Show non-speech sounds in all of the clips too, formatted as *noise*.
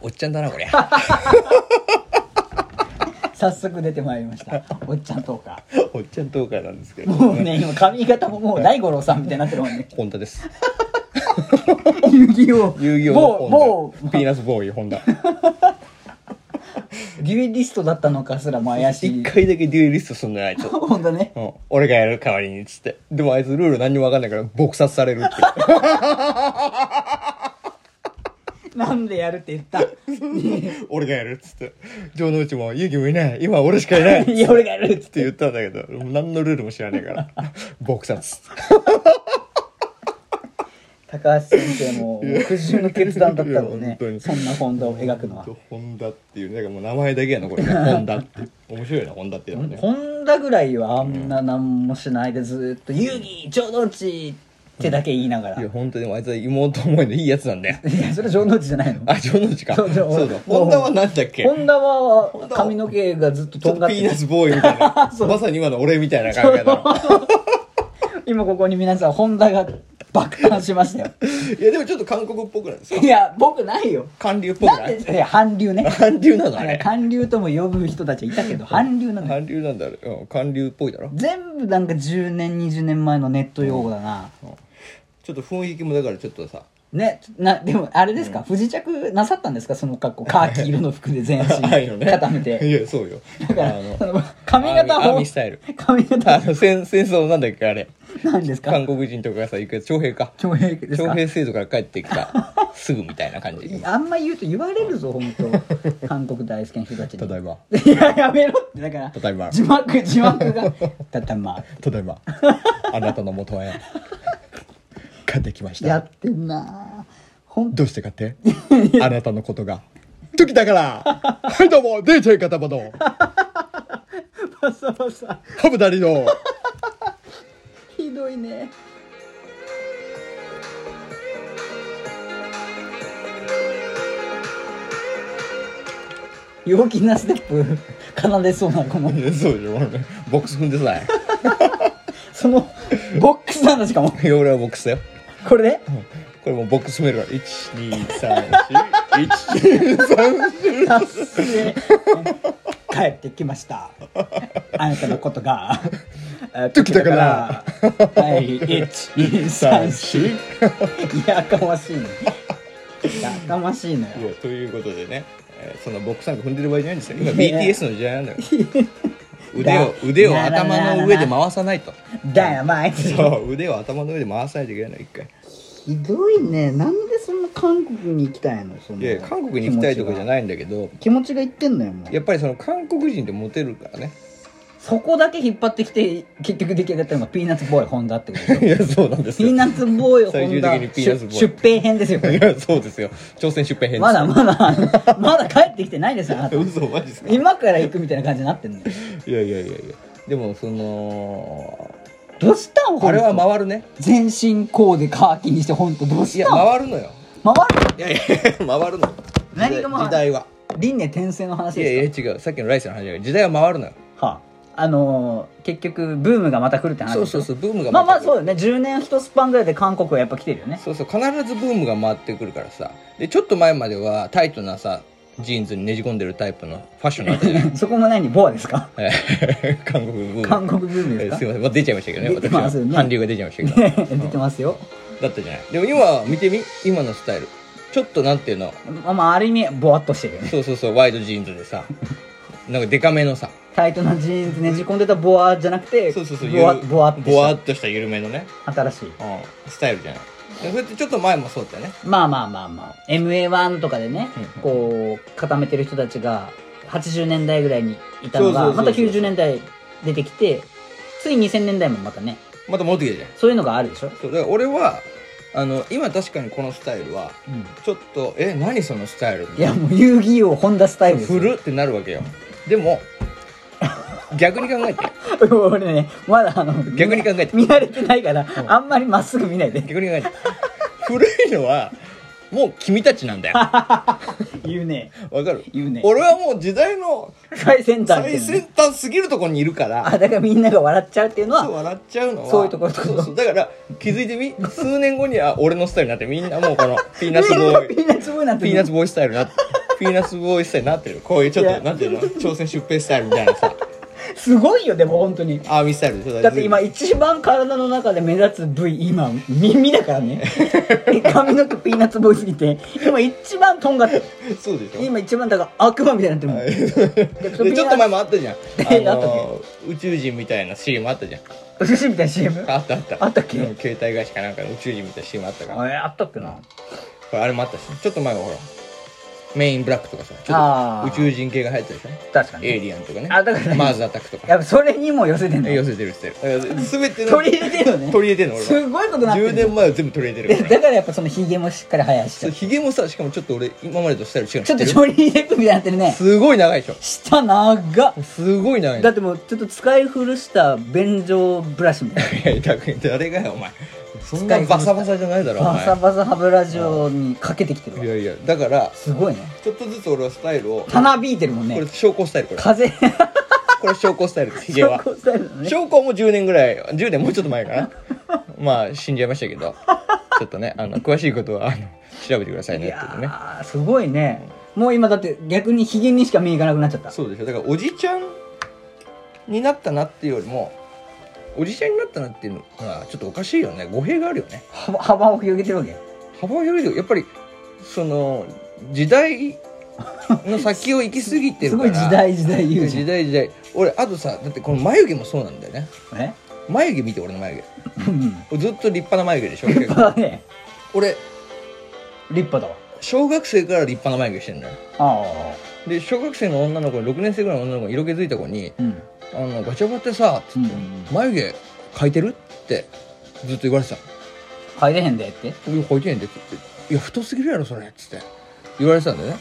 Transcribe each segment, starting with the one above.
おっちゃんだなこれ *laughs* 早速出てまいりましたおっちゃんトーカ *laughs* おっちゃんトーカーなんですけーどもうね今髪型ももう大五郎さんみたいになってるもんねホンダです遊戯王遊戯王の某某ホンダピーナスボーイホンダデュエリストだったのかすらも怪し *laughs* 一い回だけデュエリストすんのよあい *laughs* つ、うほんとねん、俺がやる代わりにっつってでもあいつルール何にも分かんないから撲殺されるっていう *laughs* なんでやるって言った俺がやるっつって城之内も勇気もいない今は俺しかいないっ *laughs* いや俺がやるっつってて言ったんだけど何のルールも知らねえから撲殺高橋先生も苦渋の決断だったろういやね本当にそんな本田を描くのはホンダっていうねだからもう名前だけやなこれねホンダって面白いなホンダっていうのはね本田ぐらいはあんな何もしないでずっと「遊戯城之内!」ってだけ言いながらいいや本当にでもあいつは妹思いのいいやつなんだよやそれ城之内じゃないのあ城之内 *laughs* かそそううそうだもうホンダはなんだっけ本田は髪の毛がずっとトとんがッっピてーナスボーイみたいな *laughs* まさに今の俺みたいな考えだろ今ここに皆さん本田が爆誕しましたよいやでもちょっと韓国っぽくないですかいや僕ないよ韓流っぽくななんいでいや韓流 *laughs* ね韓流なのあれ韓流とも呼ぶ人たちいたけど韓流なのよ韓流なんだあれうん韓流っぽいだろ全部なんか10年20年前のネット用語だな、ちょっと雰囲気もだからちょっとさねなでもあれですか、不時着なさったんですかその格好カーキ色の服で *laughs* 全はいよ身ね固めて、いやそうよだかあらのその髪型アーミーアーもミースタイル髪あ型の戦戦争なんだっけあれなんですか韓国人とかがさ行くやつ徴兵か徴兵です徴か兵制度から帰って *laughs* きたすぐみたいな感じ例あんま言うと言われるぞ本 *laughs* 当韓国大好きな人たちにえばいややめろってだからただいま字幕字幕 *laughs* が「たたまただいまあなたの元へ帰ってきまし」やたってんなほんどうしてかってあなたのことが時だからはいどうも DJ 片場のパサパサハブダリのひどいね陽気なステップ奏でそうなこのいやそうでしょ俺ねボックス踏んでさそのボックスなんだしかもいいや俺はボックスだよこれでこれもうボックス踏めるから123123達成 *laughs* 帰ってきましたあなたのことが *laughs* 時だからはい123いやかましいねいやかましいのいよやということでね、えーそんなボックスなんか踏んでる場合じゃないんですよ今 BTS の時代なんだ *laughs* よ腕を腕を頭の上で回さないとダイナマイトそう腕を頭の上で回さないといけないの一回ひどいねなんでそんな韓国に行きたいのそのいやいや韓国に行きたいとかじゃいないんだけど気持ちがいってんのよもうやっぱりその韓国人ってモテるからねそこだけ引っ張ってきて結局出来上がったのがピーナッツボーイホンダっ *laughs* てこと *laughs* いやそうなんですピーよナッツボーイホンダ最終的にピーナッツボーイ出出兵編ですよこれいやそうですよ朝鮮出兵編まだまだ *laughs* まだ帰ってきてないですよあなた嘘マジですかい今から行くみたいな感じになってんのよやいやいやいやでもそのどうしたんあれはま回るね全身コーデカーキにして本当どういしやたん回るのよ回るいやい *laughs* や回るのよ何が回る時代は輪廻転生の話いやいやです違うさっきのライスの話だけど時代は回るのよかはああのー結局ブームがまた来るって話そでうしそょうそうブームがまあまあ回ってくるそうだね10年一スパンぐらいで韓国はやっぱ来てるよね *laughs* そうそう必ずブームが回ってくるからさでちょっと前まではタイトなさジーンズにねじ込んでるタイプのファッションなんでそこも何ボアですか韓国ブーム韓国ブームえですーすかいません、まあ、出ちゃいましたけどね出てますよね私は韓流が出ちゃいましたけ *laughs* ど出てますよだったじゃないでも今見てみ今のスタイルちょっとなんていうのまあまあある意味ボワっとしてるよねそうそうそうワイドジーンズでさなんかデカめのさタイトなジーンズねじ込んでたボアじゃなくてそうそうそうボワゆるボワってしたぼわっとした緩めのね、新しいうん、スタイルじゃないでそれってちょっと前もそうだよねまあまあまあまあ MA1 とかでねうんうんこう固めてる人たちが80年代ぐらいにいたのがそうそうまそうそうた90年代出てきてつい2000年代もまたねまた戻ってきたじゃんそういうのがあるでしょ、そうだから俺はあの今確かにこのスタイルはうん、ちょっと「え何そのスタイル」いやもう遊戯王ホンダスタイルですよ古ってなるわけよでも逆に考えて俺ねまだあの逆に考えて見慣れてないから、あんまりまっすぐ見ないで逆に考えて古いのはもう君たちなん *laughs* だよ言うねわかる言うね俺はもう時代の最先端って最いうのね先端すぎるところにいるからあだからみんなが笑っちゃうっていうのそうは笑っちゃうのはそういうところってことそうそうだから気づいてみ *laughs* 数年後には俺のスタイルになってみんなもうこのピーナッツボみんなーピイーナッツボーイなんてピーナッツボーイスタイルになってピーナッツボーイスタイルになってるこういうちょいっやとなんていうの朝鮮出兵スタイルみたいなさすごいよでも本当にアーミースタイルでしょだって今一番体の中で目立つ部位今耳だから *laughs* ね髪の毛ピーナッツボーイすぎて今一番とんがってそうでしょ今一番だから悪魔みたいになってるもんそのでちょっと前もあったじゃん *laughs* えあの宇宙人みたいな CM あったじゃんお寿司みたいな CM あったあったあったっけうん携帯会社かなんかの宇宙人みたいな CM あったからあれあったっけなこれあれもあったしちょっと前はほらメインブラックとかさちあょーっと宇宙人系が入ってたでしょ確かにエイリアンとかねあだからマーズアタックとかやっぱそれにも寄せてんだ寄よせてるしてるだから全ての取り入れてるよね取り入れてんの俺はすごいことなって10る年前は全部取り入れてるからだからやっぱそのヒゲもしっかり生やしそうてヒゲもさしかもちょっと俺今までとスタイル違うのちょっとジ知てるョニー・デップみたいになってるねすごい長いでし下長っょすごい長いだだってもうちょっと使い古した便所ブラシみたいな誰がよお前そんなバサバサじゃないだろおバサ前バサ歯ブラシをにかけてきてるわいやいやだからすごいねちょっとずつ俺はスタイルをこたなびいてるもんねれ証拠スタイルこれ風これ証拠スタイルですヒゲはスタイルだね証拠も10年ぐらい10年もうちょっと前かなまあ死んじゃいましたけどちょっとねあの詳しいことはあの調べてくださいいねっていうねやーすごいねもう今だって逆にヒゲにしか目いかなくなっちゃったそうでしょだからおじちゃんになったなっていうよりもおじちゃんになったなっていうのはちょっとおかしいよね語弊があるよね幅幅を広げてるわけ幅広いよやっぱりその時代の先を行き過ぎてするかごいら時代時代言うじゃ時代時代俺あとさだってこの眉毛もそうなんだよねんえ眉毛見て俺の眉うん毛ずっと立派な眉毛で *laughs* しょ立結構派だね俺立派だわ小学生から立派な眉毛してんだよあで小学生の女の子に6年生ぐらいの女の子に色気づいた子にあうん「あのガチャバってさ」って言って、うんうんうん眉毛描いてる?」ってずっと言われてた帰れへんでって「いや描いてへんで」って言って「いや太すぎるやろそれ」っつって言われてたんだよね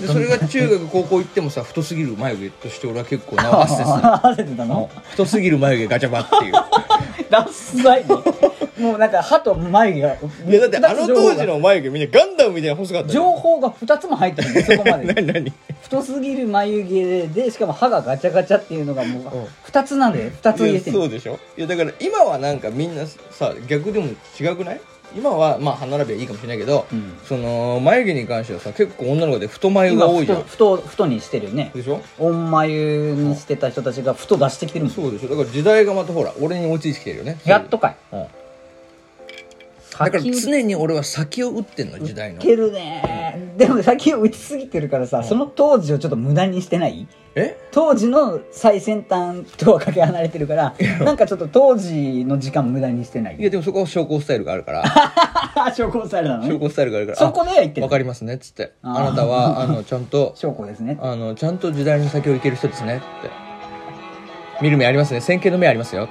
でそれが中学高校行ってもさ太すぎる眉毛として俺は結構名をあ馳 *laughs* せてさあてたの太すぎる眉毛ガチャバっていうダッサいねもうなんか歯と眉毛がいやだってあの当時の眉毛みんなガンダムみたいな細かったよ情報が2つも入ってるんでそこまで何何太すぎる眉毛でしかも歯がガチャガチャっていうのがもうんう2つなんで2つ入いれやてるそうでしょいやだから今はなんかみんなさ逆でも違くない今はまあ歯並びはいいかもしれないけど、うんその眉毛に関してはさ結構女の子で太眉今が多いじゃ太ん太太にしてるよねでしょ温眉にしてた人たちが太出してきてるもんそうでしょだから時代がまたほら俺に追いついてきてるよねやっとかいそういう、うんだから先打常に俺は先を打ってんの時代のってるねでも先打ちすぎてるからさその当時をちょっと無駄にしてないえ当時の最先端とはかけ離れてるからなんかちょっと当時の時間無駄にしてない *laughs* いやでもそこは証拠スタイルがあるから証拠されたの証ね拠スタイルがあるからそこで言ってあるわかりますねっつってああーなたはあのちゃんと証拠ですねあのちゃんと時代の先を行ける人ですねって見る目ありますね線形の目ありますよっ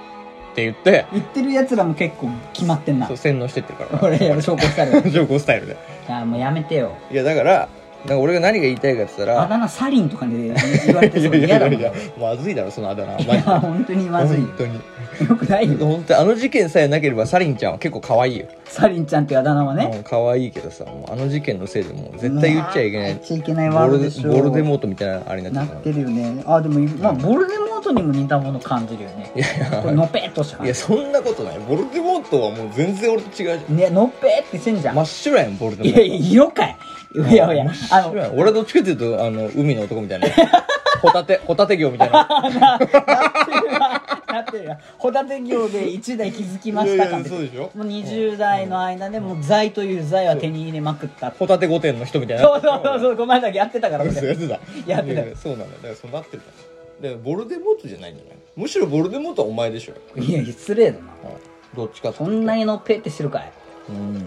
て言って言ってるやつらも結構決まってんなそう洗脳してってるから俺やる証拠さ *laughs* れる情報スタイルでいやもうやめてよいやだからなんか俺が何が言いたいかって言ったあらだ名サリンとかで言われていそうでやい嫌だやもんいいややまずいだろそのあだ名マジで本当にまずいよ本当によくないよ本当にあの事件さえなければサリンちゃんは結構可愛いよ、サリンちゃんっていうあだ名はねうん可愛いけどさもうあの事件のせいでもう絶対言っちゃいけな言いっちゃいけないワードでしょボルデボルデモートみたいなあれにななっちゃっうてるよねあでもまあボルデモートにも似たもの感じるよねいやいやこれのぺっとしたいやそんなことないボルデモートはもう全然俺と違うじねのっぺってしてんじゃゃんん真っ白やんボルデモいやートいや色かいいやいやあの白やん俺はどっちかっていうとあの海の男みたい *laughs* なホタテホタテ業みたいななってるよホタテ業で1台気づきましたかいやいやそうでしょもう20代の間でもう財という財は手に入れまくったホタテ御殿の人みたいなそうそうそうそうこの間やってたからや俺ってたやってたやってたいそうなんだよだからそうなってるからだからボルデモートじゃないんじゃないむしろボルデモートはお前でしょいや失礼だなどっちかとそんなにのっぺってしてるかいうん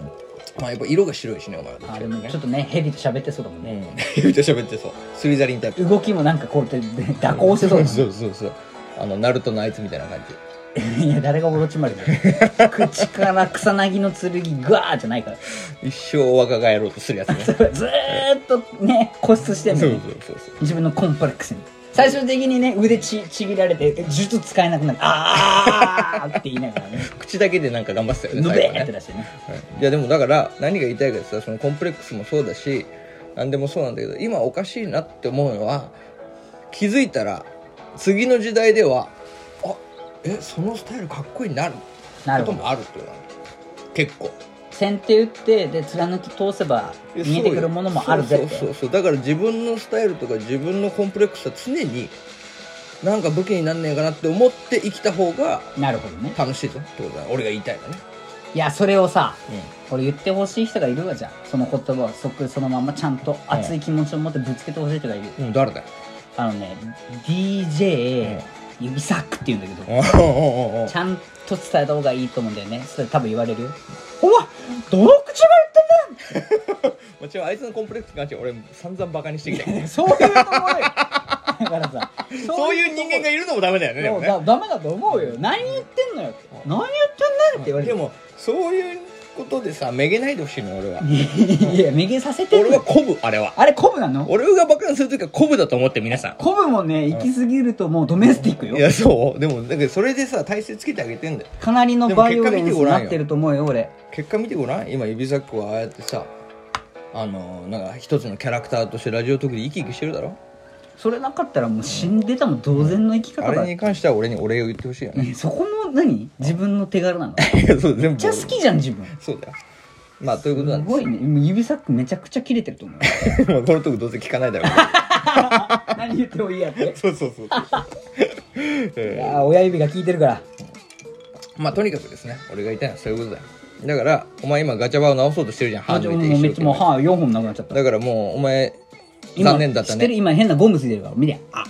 まあやっぱ色が白いしねお前はどっちあかでというもとねちょっとねヘビと喋ってそうだもんねうんめっちゃ喋ってそうスリザリンタイプ動きもなんかこうやってで蛇行してそうだもんそうそうそうあのナルトのあいつみたいな感じいや誰がオロチマル *laughs* だよ口から草薙の剣グワーじゃないから一生若返ろうとするやつ *laughs* ねずーっとね固執してんのそうよそうそうそう自分のコンプレックスに最終的にね腕ちちぎられて術使えなくなるあーって言いながらね口だけ *laughs* でなんか頑張ってたよねのべ最後ーってね、出してねはいいやでもだから何が言いたいかってさそのコンプレックスもそうだし何でもそうなんだけど今おかしいなって思うのは気づいたら次の時代ではあえそのスタイルかっこいいになるなるこほとどもあるっていうのは結構先手打ってで貫き通せばえ見えてくるものもあるぜっそうよそてうそうそうそうだから自分のスタイルとか自分のコンプレックスは常になんか武器になんねえかなって思って生きた方がなるほどね楽しいぞってことだ俺が言いたいのね、いやそれをさこれ言ってほしい人がいるわじゃあその言葉を即そのままちゃんと熱い気持ちを持ってぶつけてほしい人がいる、うん、誰だよあのね DJ 指サックって言うんだけど、おうおうおうおうちゃんと伝えた方がいいと思うんだよねそれ多分言われるよお前どの口が言ってんもちろんあいつのコンプレックスに関しては俺散々バカにして *laughs* きたけどだよそういうところよだからさそういう人間がいるのもダメだよねでももうねだダメだと思うよ何言ってんのよって何言ってんのよって言われでてもそういうことでさめげないでほしいの俺はいや右させて俺るは鼓舞あれはあれコブなの俺が爆弾するときは鼓舞だと思って皆さんコブもね行き過ぎるともうドメスティックよいやそうでもだけどそれでさ体勢つけてあげてんだよかなりのでもバ結イ果オレンスになっ見てごらてんよると思うよ俺結果見てごらん今指サックはああやってさあのなんか一つのキャラクターとしてラジオ局で生き生きしてるだろそれなかったらもう死んでたも同然の生きあ方だ、れに関しては俺にお礼を言ってほしい *laughs* よねねそこも何自分の手柄 *laughs* なのめっいやそう全部ちゃ好きじゃん自分そうだよまあということなすんでごいねもう指サックめちゃくちゃ切れてると思う *laughs* すもうこのとこどうせ聞かないだろう何言ってもいいやってそうそうそうそう、いえやー親指が効いてるからーまあとにかくですね俺が言いたいのはそういうことだよだからお前今ガチャバを直そうとしてるじゃん歯あじゃあ抜いもうて一め生っちゃ懸もう命歯4本なくなっちゃっただからもうお前今残念だった知ってねる今変なゴムついてるから見てあ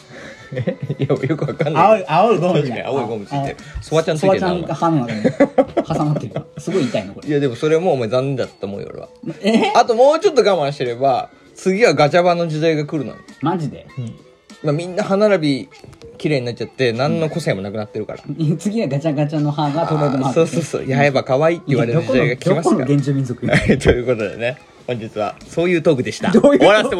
いやよくわかんない青い青いゴム確かに青いゴムついてるそばちゃんついてるそばなちゃおん前が歯の中に挟まってるすごい痛いのこれいやでもそれはもうお前残念だったと思うよ俺はえあともうちょっと我慢してれば次はガチャバの時代が来るのよ、マジでまあ、みんな歯並び綺麗になっちゃって何の個性もなくなってるから、 *laughs* 次はガチャガチャの歯がトレードマーあクそうそうそうやえば可愛いって言われる時代が来どまこすのか原住民族よ *laughs* らということでね本日はそういうトークでしたどういう終わらせてもら